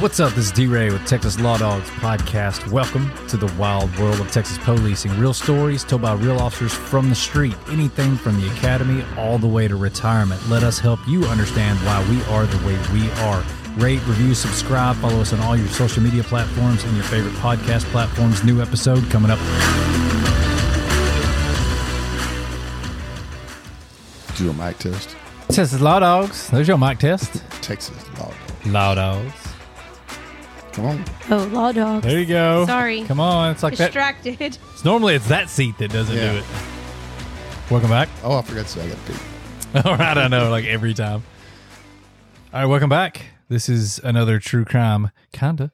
What's up? This is D Ray with Texas Law Dogs Podcast. Welcome to the wild world of Texas policing. Real stories told by real officers from the street, anything from the academy all the way to retirement. Let us help you understand why we are the way we are. Rate, review, subscribe, follow us on all your social media platforms and your favorite podcast platforms. New episode coming up. Do a mic test. Texas Law Dogs. There's your mic test. Texas law. dog. Law Dogs. Come on. Oh, law dogs. There you go. Sorry. Oh, Come on. It's like that. Distracted. It's normally it's that seat that doesn't Yeah. do it. Welcome back. Oh, I forgot to say I got to pee. All right, I know, like every time. All right, welcome back. This is another true crime, kinda,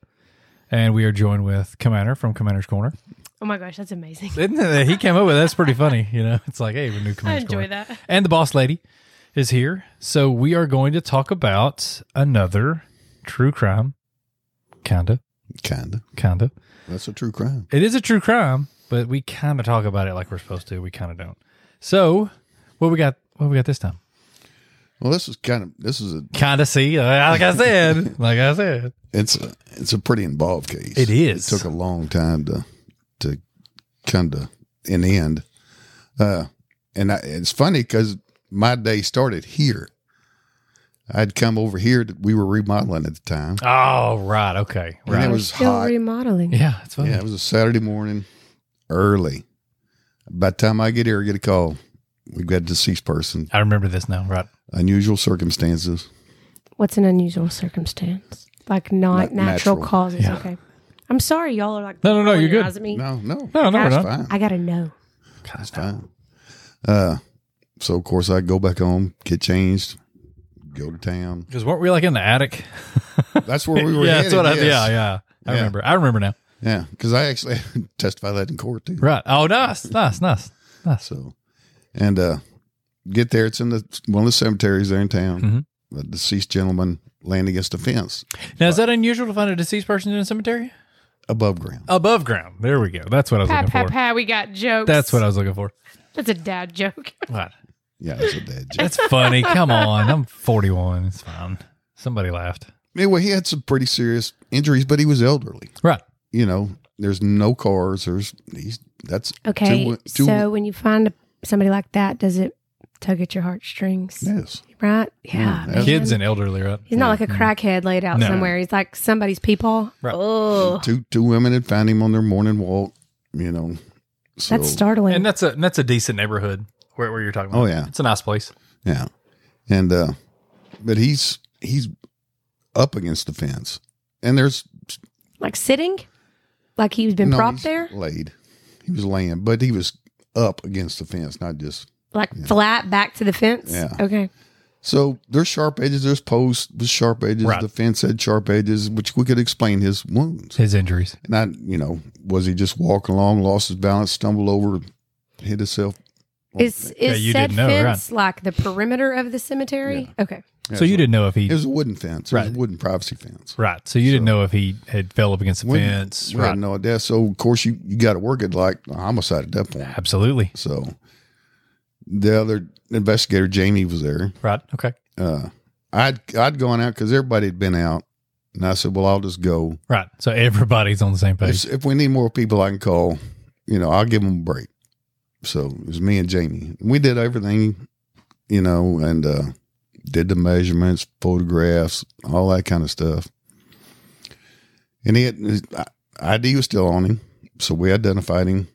and we are joined with Commander from Commander's Corner. Oh my gosh, that's amazing. Isn't it- He came up with it. that's pretty funny. You know, it's like, hey, we new Commander's enjoy Corner. that. And the boss lady is here, so we are going to talk about another true crime, kinda, Kinda. kinda. That's a true crime. It is a true crime, but we kind of talk about it like we're supposed to. We kind of don't. So, what we got? What we got this time? Well, this is kind of this is a Kind of see, uh, like I said, like I said. it's a, it's a pretty involved case. It is. It took a long time to to come to an end. Uh, and I, it's funny because my day started here. I'd come over here. To, we were remodeling at the time. Oh, right. Okay. And Right. it was Still hot. remodeling. yeah, it's funny. Yeah, it was a Saturday morning, early. By the time I get here, I get a call. We've got a deceased person. I remember this now. Right. Unusual circumstances. What's an unusual circumstance? Like Not not natural, natural. causes. Yeah. Okay. I'm sorry, y'all are like No, no, no, rolling you're your good. eyes at me. No, no, No, no, we're Gosh, not. fine. I gotta know. It's fine. Uh, so of course I go back home, get changed, go to town. Because weren't we like in the attic? That's where we were. yeah, that's headed, what I, yeah, yes. yeah. I Yeah. remember. I remember now. yeah. Because I actually testified that in court too. Right. Oh, nice, nice, nice. So, and uh, get there. It's in the one of the cemeteries there in town. Mhm. A deceased gentleman laying against a fence Now, is that unusual to find a deceased person in a cemetery? above ground. Above ground. There we go. That's what I was Pa looking pa for. pa. We got jokes. That's what I was looking for. That's a dad joke. Right. Yeah, that's a dad joke. That's funny. Come on. I'm 41. It's fine. Somebody laughed. Anyway, he had some pretty serious injuries, but he was elderly. Right. You know, there's no cars. There's he's that's Okay. Two, two, so when you find a, somebody like that, does it tug at your heartstrings? yes, Right? Mm, Yeah. man. Kids and elderly, right? Mm-hmm. He's not like a Mm-hmm. crackhead laid out No. somewhere. He's like somebody's peepaw. Right. Oh, two two women had found him on their morning walk. You know, so that's startling. And that's a that's a decent neighborhood where, where you're talking about. Oh, yeah. It's a nice place. yeah, and uh, but he's he's up against the fence, and there's like sitting, like he's been no, propped he's there. laid. He was laying, but he was up against the fence, not just like flat back to the fence. Yeah. Okay. so. There's sharp edges. There's posts with sharp edges. Right. The fence had sharp edges, which we could explain his wounds. His injuries. And I, you know, was he just walking along, lost his balance, stumbled over, hit himself? Is is you said didn't know, fence like the perimeter of the cemetery? Okay. so you didn't know if he It was a wooden fence. It Right. was a wooden privacy fence. Right. So you didn't know if he had fell up against the We- fence. We Right. had no idea. So of course you, you got to work it like a homicide at that point. Absolutely. So the other investigator Jamie was there. Right. Okay. Uh, I'd I'd gone out because everybody had been out, and I said, "Well, I'll just go. Right. So everybody's on the same page. If, if we need more people, I can call. You know, I'll give them a break." So it was me and Jamie. We did everything, you know, and uh, did the measurements, photographs, all that kind of stuff. And he had his I- ID was still on him, so we identified him,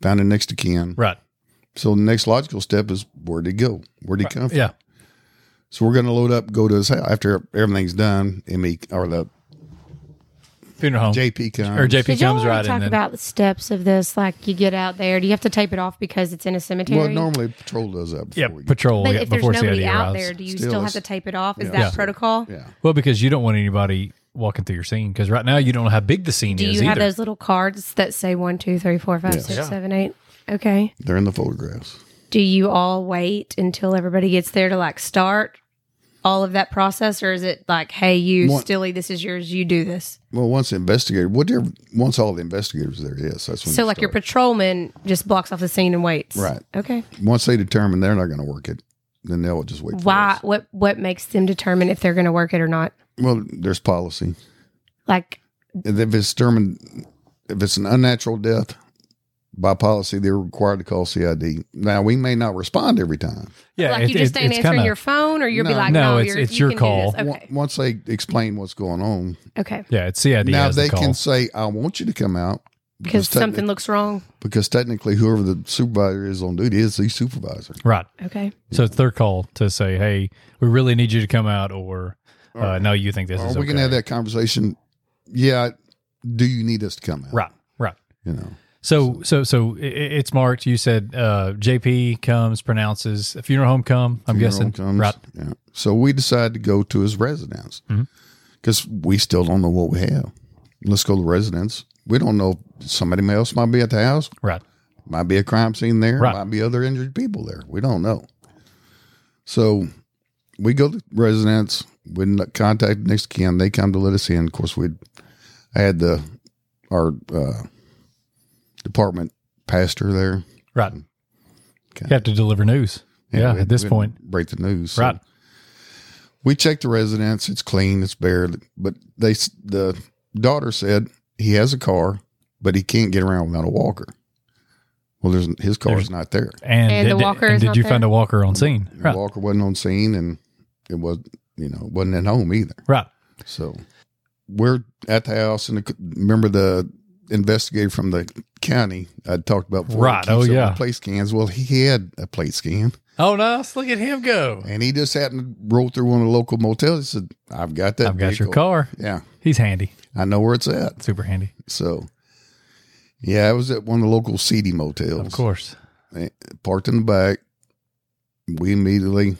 found him next to Ken. Right. So the next logical step is where'd he go? Where'd he come from? Yeah. So we're going to load up, go to his house after everything's done. Me or the Funeral home. JP comes. or JP Did y'all comes want right to in. talk then- about the steps of this? Like you get out there, do you have to tape it off because it's in a cemetery? Well, normally patrol does that. Before yeah. we get- Patrol But yeah, if there's before nobody CID out arrives. there, do you Still, still, have it's- to tape it off? Is yeah. that Yeah. protocol? yeah. Well, because you don't want anybody walking through your scene because right now you don't know how big the scene Do is you have either. those little cards that say one, two, three, four, five, Yes. six, Yeah. seven, eight? Okay. They're in the photographs. Do you all wait until everybody gets there to like start all of that process, or is it like, hey, you, One- Stilly, this is yours, you do this? Well, once the investigator, whatever, once all the investigators are there, yes, that's when. So, you like, your start. patrolman just blocks off the scene and waits. Right. Okay. once they determine they're not going to work it, then they'll just wait. For Why? us. What? What makes them determine if they're going to work it or not? Well, there's policy. Like, And If it's determined, if it's an unnatural death, by policy, they're required to call CID. Now, we may not respond every time. Yeah, like it- you just it- ain't it's answering kinda- your phone, or you'll be No. like, No, no, it's- you're, it's you your can do this." call. Wa- Okay, Once they explain what's going on, okay, Yeah, it's CID now has the they call. can say, I want you to come out. because techni- something looks wrong. because technically, whoever the supervisor is on duty is the supervisor. right. Okay, So it's their call to say, "Hey, we really need you to come out," or uh, Or- "No, you think this Or is Oh, we okay." can have that conversation. Yeah. Do you need us to come out? Right. Right. You know, So so so i- i- it's marked. You said uh, JP comes, pronounces a funeral home come. I'm funeral guessing comes. right. Yeah. So we decide to go to his residence Mhm. because we still don't know what we have. Let's go to the residence. We don't know. if Somebody else might be at the house. Right. Might be a crime scene there. Right. Might be other injured people there. We don't know. So we go to residence. We n- contact next of kin. They come to let us in. Of course, we had the our uh, department pastor there. Right. Okay. You have to deliver news. Yeah, we- at this we point. break the news. So Right. We checked the residence. It's clean. It's bare. But they s- the daughter said he has a car, but he can't get around without a walker. Well, there's his car's There's- not there. And, And the did- walker and is did not you there? find a walker on scene? The Right. Walker wasn't on scene, and it was you know wasn't at home either. Right. So we're at the house, and the, remember the investigator from the county I talked about before. Right. keeps Oh, up with yeah. plate scans. Well, he had a plate scan, Oh nice! Look at him go. and he just happened to roll through one of the local motels. He said, "I've got that. I've got your vehicle. car. Yeah, He's handy. I know where it's at. Super handy. So." Yeah, I was at one of the local seedy motels. Of course. Parked in the back. We immediately,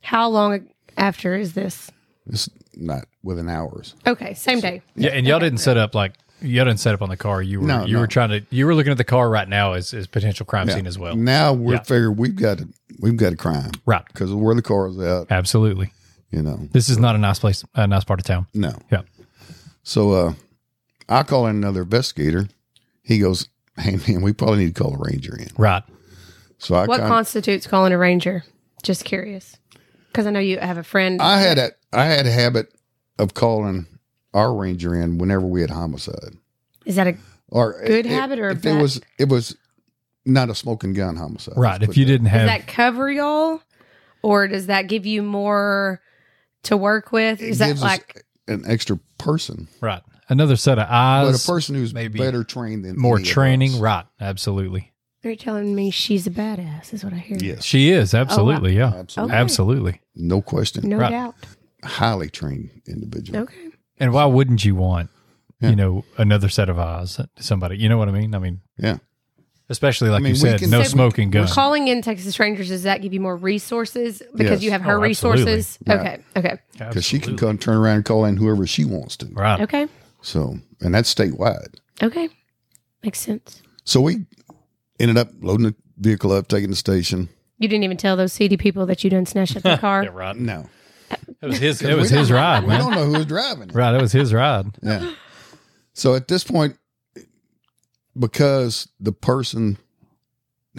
how long after is this? it's not within hours. Okay, same day. Yeah, and y'all didn't set up like y'all didn't set up on the car. You were No, you no. were trying to you were looking at the car right now as, as potential crime Yeah. scene as well. Now we're Yeah. figuring we've got a, we've got a crime Right. because of where the car is at. Absolutely. You know, This is not a nice place, a nice part of town. no. Yeah. So uh, I call in another investigator. He goes, "Hey man, we probably need to call a ranger in." Right. So I What con- constitutes calling a ranger? Just curious, because I know you have a friend. I had a I had a habit of calling our ranger in whenever we had homicide. is that a Or Good if- habit or a if it bad- was it was not a smoking gun homicide. Right. Let's If put you it that didn't does have that cover y'all, or does that give you more to work with? way. Is It that gives us like an extra person, right another set of but eyes, a person who's maybe better trained than more any of training. us. Right. Absolutely. You're telling me she's a badass, is what I hear. Yes, She is absolutely. Yeah. absolutely, Oh, Okay. Absolutely. no question. No Right. doubt. highly trained individual. Okay. And why wouldn't you want, Yeah. you know, another set of eyes? uh, Somebody. You know what I mean? I mean. Yeah. Especially like I mean, you we said, can- no So we- smoking gun. Calling in Texas Rangers, does that give you more resources because Yes. you have her Oh, absolutely. resources? Right. Okay. Okay. Because she can come turn around and call in whoever she wants to. Right. Okay. So, and that's statewide. Okay. Makes sense. So we ended up loading the vehicle up, taking the station. You didn't even tell those seedy people that you done snatched up the car. Yeah, right. No, It was his. It We was don't his know- ride, We man. don't know who was driving. it. Right. It was his ride. Yeah. So at this point, because the person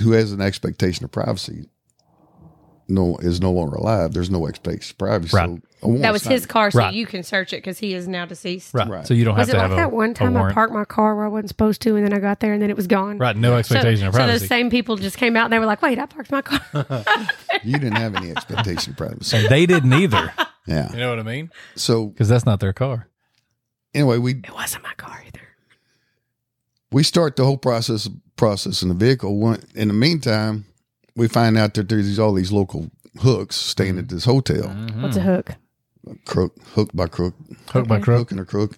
who has an expectation of privacy no is no longer alive, there's no expectation of privacy. Right. So a warrant's That was not- his car, so Right. you can search it because he is now deceased. Right. Right. So you don't Was have it to like have that a, one a time I warrant. parked my car where I wasn't supposed to, and then I got there, and then it was gone. Right. No expectation of So those privacy. same people just came out and they were like, "Wait, I parked my car." You didn't have any expectation of privacy. they didn't either. Yeah. You know what I mean? So Because that's not their car. anyway, we it wasn't my car either. we start the whole process process in the vehicle. One, in the meantime, we find out that there's all these local hooks staying at this hotel. Uh-huh. What's a hook? Crook, hook by crook, Hook by crook, hook and a crook.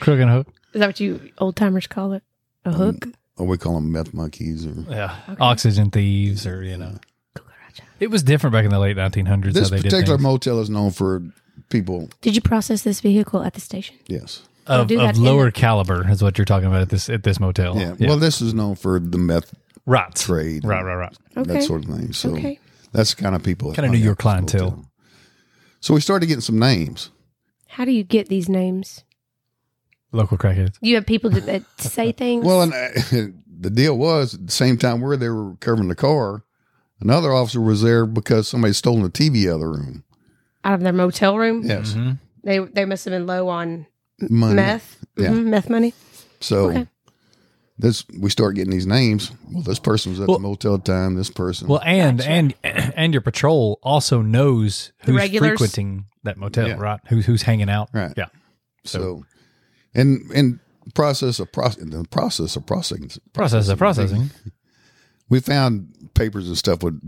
crook and hook. Is that what you old timers call it? A hook? Or we call them meth monkeys. Or Yeah. Oxygen thieves, or you know, Cucaracha. it was different back in the late 1900s. this how they particular did things. motel is known for people. Did you process this vehicle at the station? Yes, They'll of, do that of in- lower caliber is what you're talking about at this at this motel. yeah. Well, this is known for the meth right. trade. Right. Right. Right. Okay. That sort of thing. So Okay. that's the kind of people. that Kinda hung knew out your at this clientele. motel. So we started getting some names. How do you get these names? Local crackheads. You have people that, that say things. Well, and uh, the deal was at the same time we were there recovering the car, another officer was there because somebody stole the TV out of the room. out of their motel room. Yes. Mhm. They they must have been low on Money. meth. Yeah. Mhm, meth money. So Okay. this we start getting these names. Well, this person was at Well- the motel at the time. This person. Well, and and and your patrol also knows The who's regulars. frequenting that motel, Yeah. right? Who's who's hanging out? Right. Yeah. so, and and process of process the process of processing Process of processing. we found papers and stuff with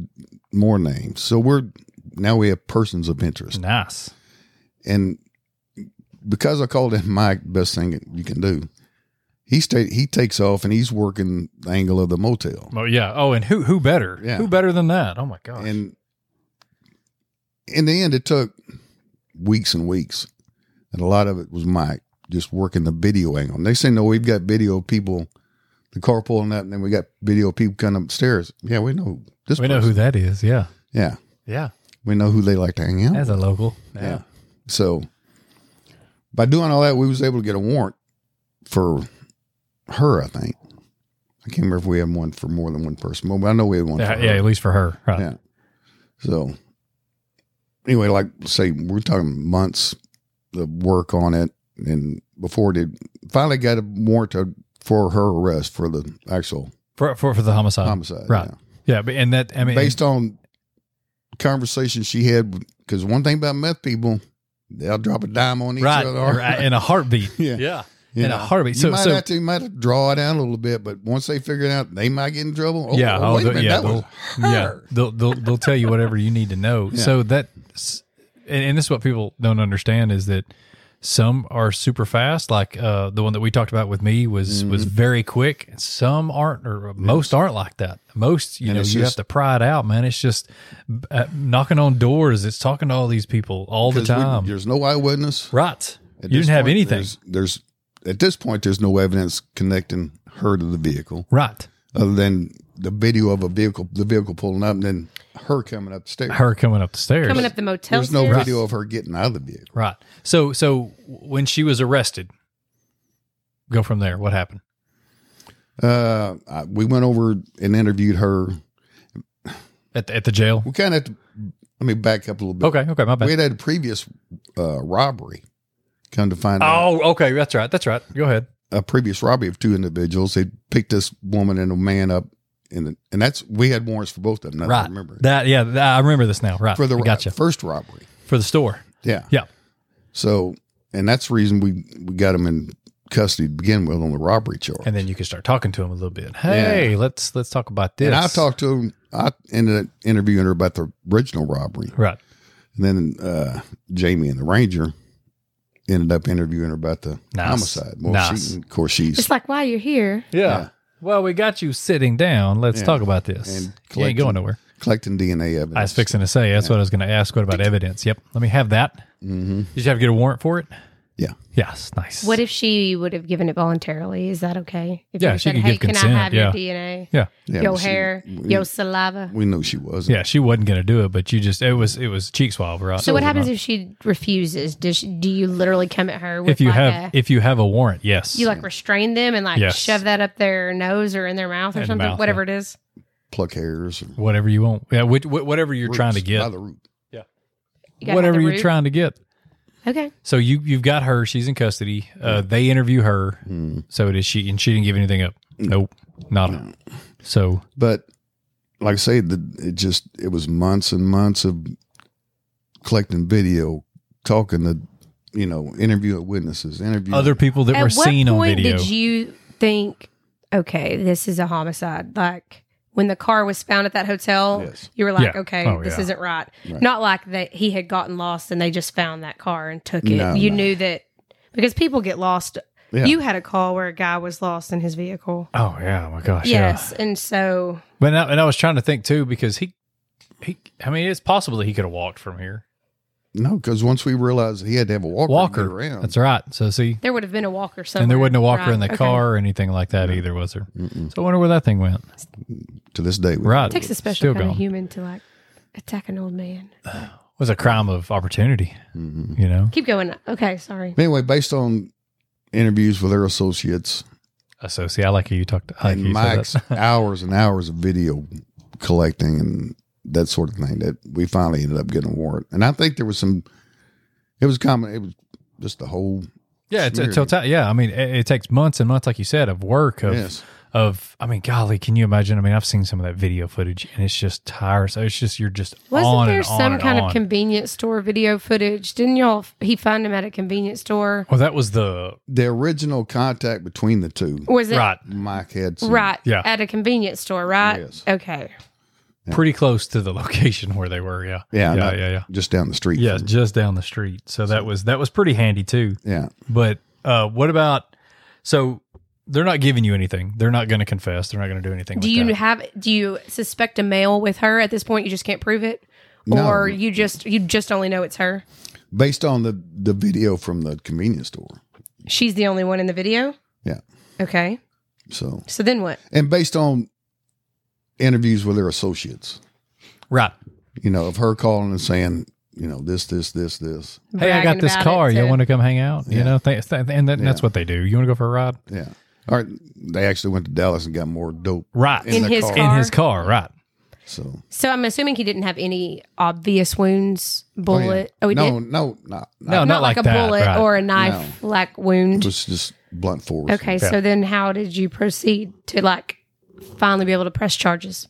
more names. So we're now we have persons of interest. Nice. And because I called him Mike, best thing you can do. He stay he takes off and he's working the angle of the motel. Oh yeah. Oh, and who who better? Yeah. Who better than that? Oh my gosh. And in the end it took weeks and weeks. And a lot of it was Mike just working the video angle. Next thing you know, we've got video of people the car pulling up and then we got video of people coming upstairs. Yeah, we know this we know who person. that is. Yeah. Yeah. Yeah. We know who they like to hang out. As a local. Yeah. So by doing all that, we was able to get a warrant for her. I think I can't remember if we had one for more than one person, but I know we had one. Yeah, for yeah, her. at least for her. Right. Yeah. So anyway, like say we're talking months of work on it, and before it finally got a warrant to- for her arrest for the actual For, for for the homicide. homicide. Uh, right. yeah. yeah, but and that I mean Based on conversation she had, because one thing about meth people. They'll drop a dime on each right, other. right, in a heartbeat. Yeah. Yeah. You in a know, heartbeat. So you might so have to you might have to draw it down a little bit, but once they figure it out, they might get in trouble. Oh, yeah, oh, oh, wait they'll- a minute, yeah, that was they'll, yeah, her. they'll they'll they'll tell you whatever you need to know. Yeah. So that, and, and this is what people don't understand is that some are super fast. Like uh, the one that we talked about with me was Mm-hmm. was very quick. and Some aren't, or most aren't like that. Most you And know it's you just- have to pry it out, man. It's just uh, knocking on doors. It's talking to all these people all the 'Cause we- time. there's no eyewitness. right. At you this didn't have point, anything. There's, there's at this point there's no evidence connecting her to the vehicle Right. other than the video of a vehicle, the vehicle pulling up, and then her coming up the stairs. Her coming up the stairs. Coming up the motel. there's no stairs. video of her getting out of the vehicle. Right. So so when she was arrested, go from there. What happened? Uh, I, we went over and interviewed her. At the, at the jail. We kind of had to, let me back up a little bit. Okay. Okay. My We bad. had had a previous uh, robbery. Come to find out, Oh, okay. That's right. That's right. Go ahead. a previous robbery of two individuals. They picked this woman and a man up, and and that's we had warrants for both of them. Now that I right. remember That. Yeah. th- I remember this now. Right. for the I gotcha. first robbery. For the store. Yeah, Yeah. So and that's the reason we we got him in custody to begin with on the robbery charge. And then you can start talking to him a little bit. Hey, let's let's talk about this. And I talked to him. I ended up interviewing her about the original robbery, Right. and then uh, Jamie and the Ranger ended up interviewing her about the Nice. homicide. Well, Nice. she, of course, she's It's like while you're here, Yeah. Yeah. Well, we got you sitting down. Let's Yeah. talk about this. And you ain't collecting- going nowhere. collecting DNA evidence. I was fixing to say. That's what I was going to ask. What about evidence? Yep. Let me have that. hmm Did you have to get a warrant for it? Yeah. Yes. Nice. what if she would have given it voluntarily? Is that okay? If Yeah, you she said, could "Hey, give can consent, I have yeah. your DNA, Yeah. Yeah, your she- hair, we- your saliva?" We knew she was. Yeah, she wasn't gonna do it, but you just it was it was cheek swab, right? So what happens if she refuses? Does she, do you literally come at her? With if you like have a, if you have a warrant? Yes, you like restrain them and like Yes. shove that up their nose or in their mouth or In the something, mouth, whatever it is. pluck hairs. Or whatever you want. Yeah, which, wh- whatever you're trying to roots, By get, the root. You gotta have whatever the you're root. trying to get. Okay, So you you've got her. She's in custody. Uh, They interview her. Mm. So does she? And she didn't give anything up. Nope, not. No. So But like I say, the, it just it was months and months of collecting video, talking to you know, interviewing witnesses, interviewing other people that at were what seen on point video. did you think, okay, this is a homicide? Like when the car was found at that hotel, Yes. you were like, Yeah. okay, Oh, this yeah. isn't right. Right. Not like that he had gotten lost and they just found that car and took it. No, you no. knew that because people get lost. Yeah. You had a call where a guy was lost in his vehicle. oh yeah, oh my gosh. Yeah. Yes, and so But now, and I was trying to think too because he he. I mean, it's possible that he could have walked from here. No, because once we realized he had to have a walker, to Walker. get around. That's right. So see, there would have been a walker somewhere. and there wasn't a walker Right, in the okay. car or anything like that either, was there? Mm-mm. So I wonder where that thing went. To this day, we- Right. It takes a Still special kind gone. of human to like attack an old man. It was a crime of opportunity, Mhm. you know? Keep going. Okay, sorry. Anyway, based on interviews with their associates Associate. I like how you talked. I like how and you said Mike's that. hours and hours of video collecting and that sort of thing. That we finally ended up getting a warrant, and I think there was some. It was common. It was just the whole Yeah, it's, it's Smear. tota- yeah. I mean, it, it takes months and months, like you said, of work of yes. of. I mean, golly, can you imagine? I mean, I've seen some of that video footage, and it's just tiresome. It's just you're just Wasn't on there and on some and kind on. of convenience store video footage? Didn't y'all? He find him at a convenience store. well, that was the The original contact between the two, Was it right, right, Mike had some- Yeah. at a convenience store? Right. Yes. Okay. pretty close to the location where they were. Yeah, Yeah, yeah, no. yeah, yeah. just down the street. Yeah, from- just down the street. So that was that was pretty handy too. yeah. But uh, what about? So they're not giving you anything. They're not going to confess. They're not going to do anything. Do like you that. have? Do you suspect a male with her at this point? You just can't prove it, No. or you just you just only know it's her. Based on the the video from the convenience store. She's the only one in the video. Yeah. Okay. So So then what? and based on interviews with her associates, right? you know, of her calling and saying, you know, this, this, this, this. Hey, I got Bragging this about car. it You to- want to come hang out? You Yeah. know, th- th- and that, Yeah. that's what they do. You want to go for a ride? Yeah. All right. They actually went to Dallas and got more dope. Right. in, In the his car. car. in his car, right? So So I'm assuming he didn't have any obvious wounds, Oh, yeah. bullet. Oh, he did. no, no, not, No, not like a that, bullet right. or a knife like It wound. was just blunt force. Okay, so then how did you proceed to like finally be able to press charges?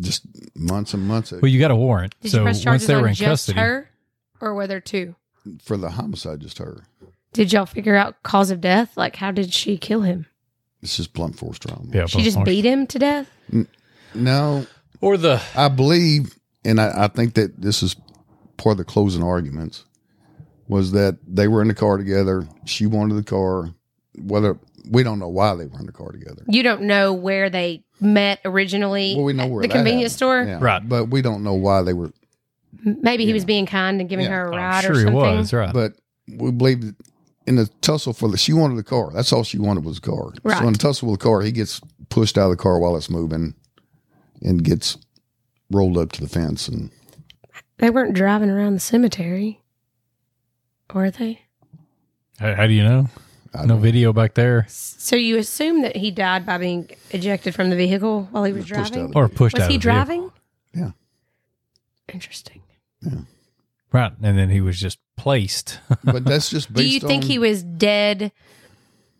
Just months and months Well, you got a warrant. Did you so press once charges they were on in just custody, her, or were there two? for the homicide, just her. Did y'all figure out cause of death? Like, how did she kill him? It's just blunt force trauma. yeah, She just both- beat him to death. No, or the I believe, and I, I think that this is part of the closing arguments, was that they were in the car together. She wanted the car. Whether we don't know why they were in the car together. You don't know where they met originally. Well, we know at where the that convenience store. happened. Yeah. Right. But we don't know why they were. M- Maybe he Yeah. was being kind and giving Yeah. Oh, her a I'm ride sure or he something. was right. But we believe that in the tussle for the, she wanted the car. That's all she wanted was a car. Right. So in the tussle with the car, he gets pushed out of the car while it's moving, and gets rolled up to the fence. And They weren't driving around the cemetery, were they? how, how do you know? I No don't- video back there, So you assume that he died by being ejected from the vehicle while he was He was pushed driving? out or pushed Was out. he of the vehicle. driving? Yeah. Interesting. Right, and then he was just placed. but that's just. Based Do you think on- he was dead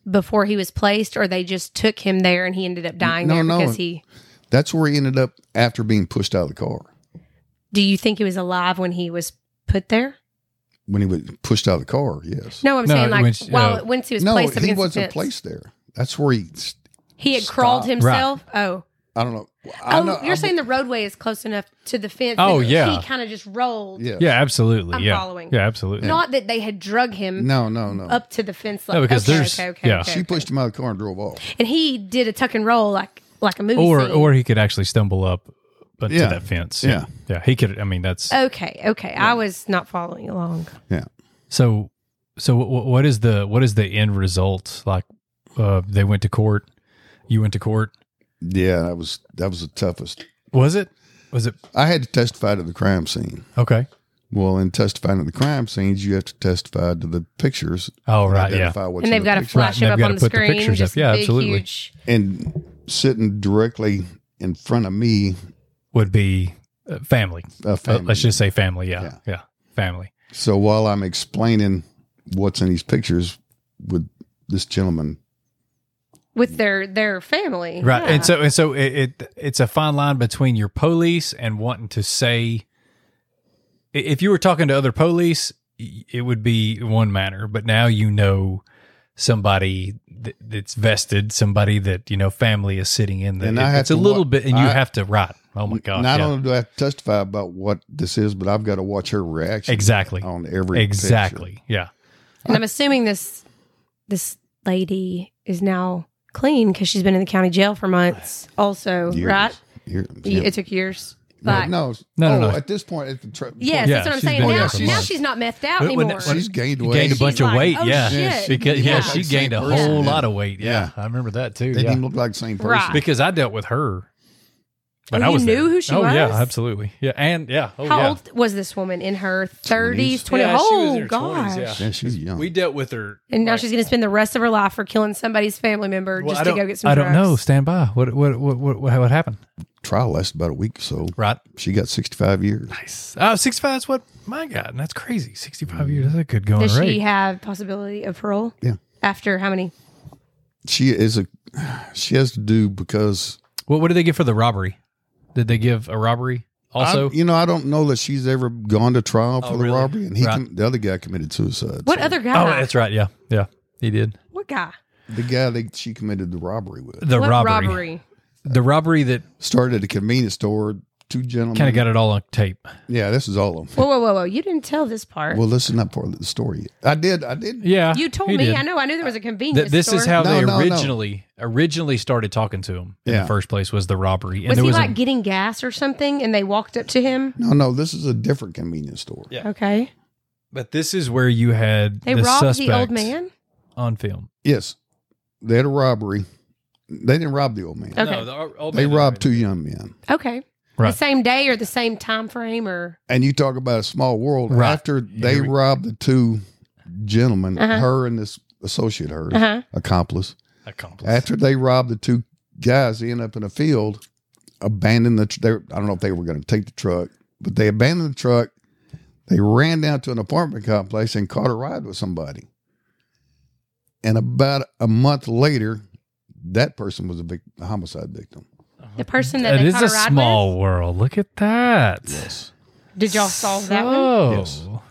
before he was placed, or they just took him there and he ended up dying No, there no. because he? That's where he ended up after being pushed out of the car. Do you think he was alive when he was put there? when he was pushed out of the car. Yes. No, I'm No, saying like when she- while uh, once he was No, placed up he against the wasn't fence, placed there. That's where he. He had crawled Stop. himself. Oh, I don't know. I oh, know- you're I- saying the roadway is close enough to the fence. Oh, that yeah. he kind of just rolled. Yeah. yeah, absolutely. I'm yeah, following. yeah, absolutely. Not that they had drug him No, no, no. up to the fence. Like, No, because okay, there's- okay, okay, yeah. okay, she okay. pushed him out of the car and drove off. and he did a tuck and roll like like a movie. Or scene. or he could actually stumble up, but Yeah. to that fence. Yeah. yeah, he could. I mean, that's okay, okay. I was not following along. So, so wh- wh- what is the what is the end result? Like, uh, they went to court. You went to court. Yeah, that was that was the toughest. Was it? Was it I had to testify to the crime scene. okay? Well, in testifying to the crime scenes, you have to testify to the pictures. Oh and right, yeah, identify what's and in they've the got to picture. Right, flash and it they've up gotta on the put the screen. pictures up. just Yeah, big, absolutely. Huge. And sitting directly in front of me, would be uh, family. a Uh, family. let's just say family. Yeah, yeah, Yeah. family. So while I'm explaining what's in these pictures with this gentleman, with their their family, Right, Yeah. and so and so it, it it's a fine line between your police and wanting to say. i- If you were talking to other police, y- it would be one manner, but now you know somebody th- that's vested, somebody that you know family is sitting in. That And it- I have it's a to little wa- bit, and you I- have to right. Oh my god! Not yeah. only do I have to testify about what this is, but I've got to watch her reaction exactly, on every exactly, yeah. and I'm assuming this this lady is now clean because she's been in the county jail for months. Also, picture. Years. right? Years. Y- Yeah. It took years. No, Like, no, No, no, oh, no. At this point, at the tra- yes, point- Yeah, that's what I'm she's saying. been Now, there for now months. she's not methed out When- when- anymore. when- she's gained weight. Gained a She's bunch of like, weight, oh, yeah. shit. Because yeah, Yeah. she Same gained a person. whole lot of weight. Yeah, Yeah. I remember that too. they yeah. didn't look like the same person. Right. because I dealt with her. But Oh, I you was there. knew who she oh, yeah, was? absolutely. Yeah, and yeah. Oh, How yeah. old was this woman? In her 30s, 20s? Yeah, she was in oh, her 20s, gosh. yeah. Yeah, she's young. We dealt with her. And now like- she's going to spend the rest of her life for killing somebody's family member Well, I just to don't- go get some I drugs. don't know. Stand by. What what what what, what, what happened? trial lasted about a week, so Right. she got sixty five years. Nice. Oh, 65 is what my God. That's crazy. 65 years. That's a good going Does rate. she have possibility of parole? Yeah. After how many? She is a she has to do because what, what did they give for the robbery? Did they give a robbery also? I- Um, you know I don't know that she's ever gone to trial for Oh, the really? robbery, and he Right. com- the other guy committed suicide. What so other guy? oh, that's right. Yeah. Yeah. He did. What guy? the guy that she committed the robbery with The what robbery. The robbery that started at a convenience store. Two gentlemen. kind of got it all on tape. yeah, this is all of them. Whoa, whoa, whoa, whoa! You didn't tell this part. Well, this is not part of the story. yet. I did. I did. Yeah. you told he me. did. I know. I knew there was a Th- convenience this store. is how No, they no, no. originally originally started talking to him in Yeah. the first place was the robbery. And was there he was like a, getting gas or something, and they walked up to him? No, no, this is a different convenience store. Yeah. Okay, but this is where you had they the robbed suspect the old man. on film. Yes, they had a robbery. They didn't rob the old man. Okay. the o- old They man- robbed two young men. Okay, Right. the same day or the same time frame or And you talk about a small world. Right. After they Here we- robbed the two gentlemen, Uh-huh. her and this associate, her Uh-huh. uh huh. accomplice. accomplice. After they robbed the two guys, they end up in a field, abandoned the. Tr- they, I don't know if they were going to take the truck, but they abandoned the truck. They ran down to an apartment complex and caught a ride with somebody. And about a month later, that person was a, vic- a homicide victim. The person that It they is caught a a ride small world. Look at that. Yes. Did y'all solve that one? Yes. So-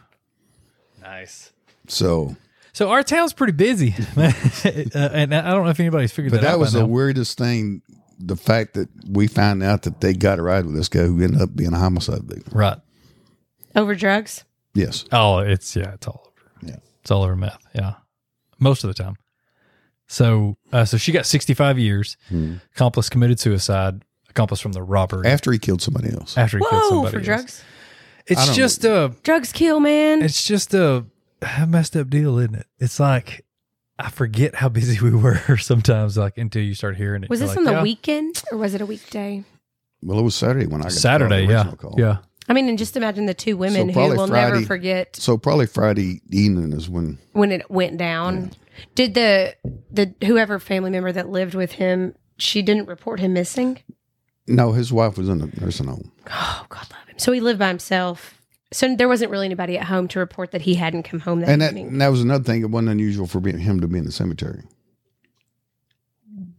Nice. So, So our town's pretty busy, Uh, and I don't know if anybody's figured but that, that out. was by the now. weirdest thing. The fact that we found out that they got a ride with this guy who ended up being a homicide victim. right. Over drugs. Yes. Oh, it's yeah, it's all over. Yeah. it's all over meth. Yeah, most of the time. So, uh, so she got sixty-five years. Accomplice committed suicide. Accomplice from the robbery After he killed somebody else. after he killed Whoa, somebody. for else. drugs. I It's don't just a, Drugs kill, man. it's just a a messed up deal, isn't it? It's like I forget how busy we were sometimes. Like until you start hearing it. was You're this like, on the yeah. weekend or was it a weekday? Well, it was Saturday when I got the Saturday? Yeah, original call. yeah. I mean, and just imagine the two women who probably will never Friday. forget So probably Friday evening is when when it went down. Did the the whoever family member that lived with him, she didn't report him missing? no, his wife was in the nursing home. Oh God, love him. So he lived by himself. So there wasn't really anybody at home to report that he hadn't come home that And that, evening. and that was another thing. It wasn't unusual for being, him to be in the cemetery.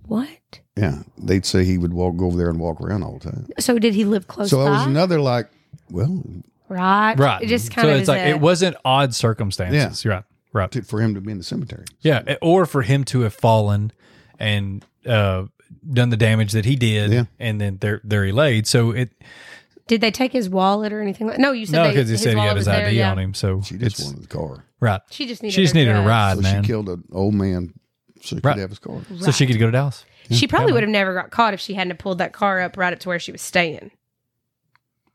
what? Yeah. They'd say he would walk go over there and walk around all the time. So did he live close so by? that was another like, well, right, Right. It just kind so of it's like it wasn't odd circumstances. Right. Right. to, for him to be in the cemetery. Yeah, eh, or for him to have fallen and uh, done the damage that he did, Yeah. and then there there he laid. So it Did they take his wallet or anything? like No, you said no they, because he said he wallet had his was ID there, yeah. on him. So She just it's wanted the car. right. She just needed. She just her needed a drugs. ride, So man, she killed an old man so he Right. could have his car. so she Right. could go to Dallas. She probably Yeah, would have never got caught if she hadn't have pulled that car up right up to where she was staying.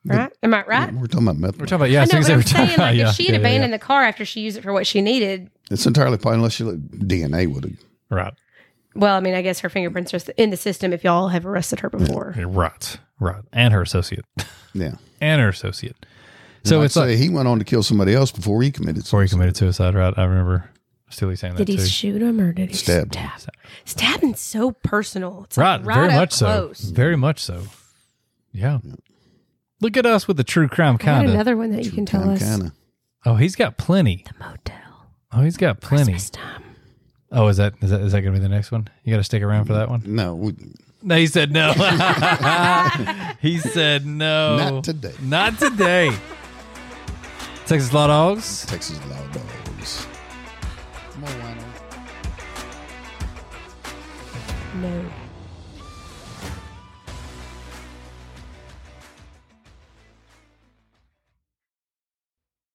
Right? Am I right? We're talking about meth. We're talking about yeah. I know, things but I'm every time. saying, like, yeah, if she had yeah, yeah, abandoned the car after she used it for what she needed, it's entirely fine unless you look, DNA would have. yeah. right, well, I mean, I guess her fingerprints are in the system if y'all have arrested her before. Yeah, right, right, and her associate, Yeah. and her associate. So I'd it's like say he went on to kill somebody else before he committed. before he suicide. committed suicide. Right, I remember Steely saying that Did he too. shoot him or did he Stabbed him. stab? Stabbing's so personal. It's Right, like right very up much close. so. Very much so. Yeah. Look at us with the true crime I had kind of. another one that you can tell us. Kinda. Oh, he's got plenty. The motel. Oh, he's got plenty. Christmas time. Oh, is that is that is that gonna be the next one? You got to stick around for that one. No, we- No, he said no. he said no. Not today. Not today. Texas Law Dogs. Texas loud dogs. Come on, Wino. No.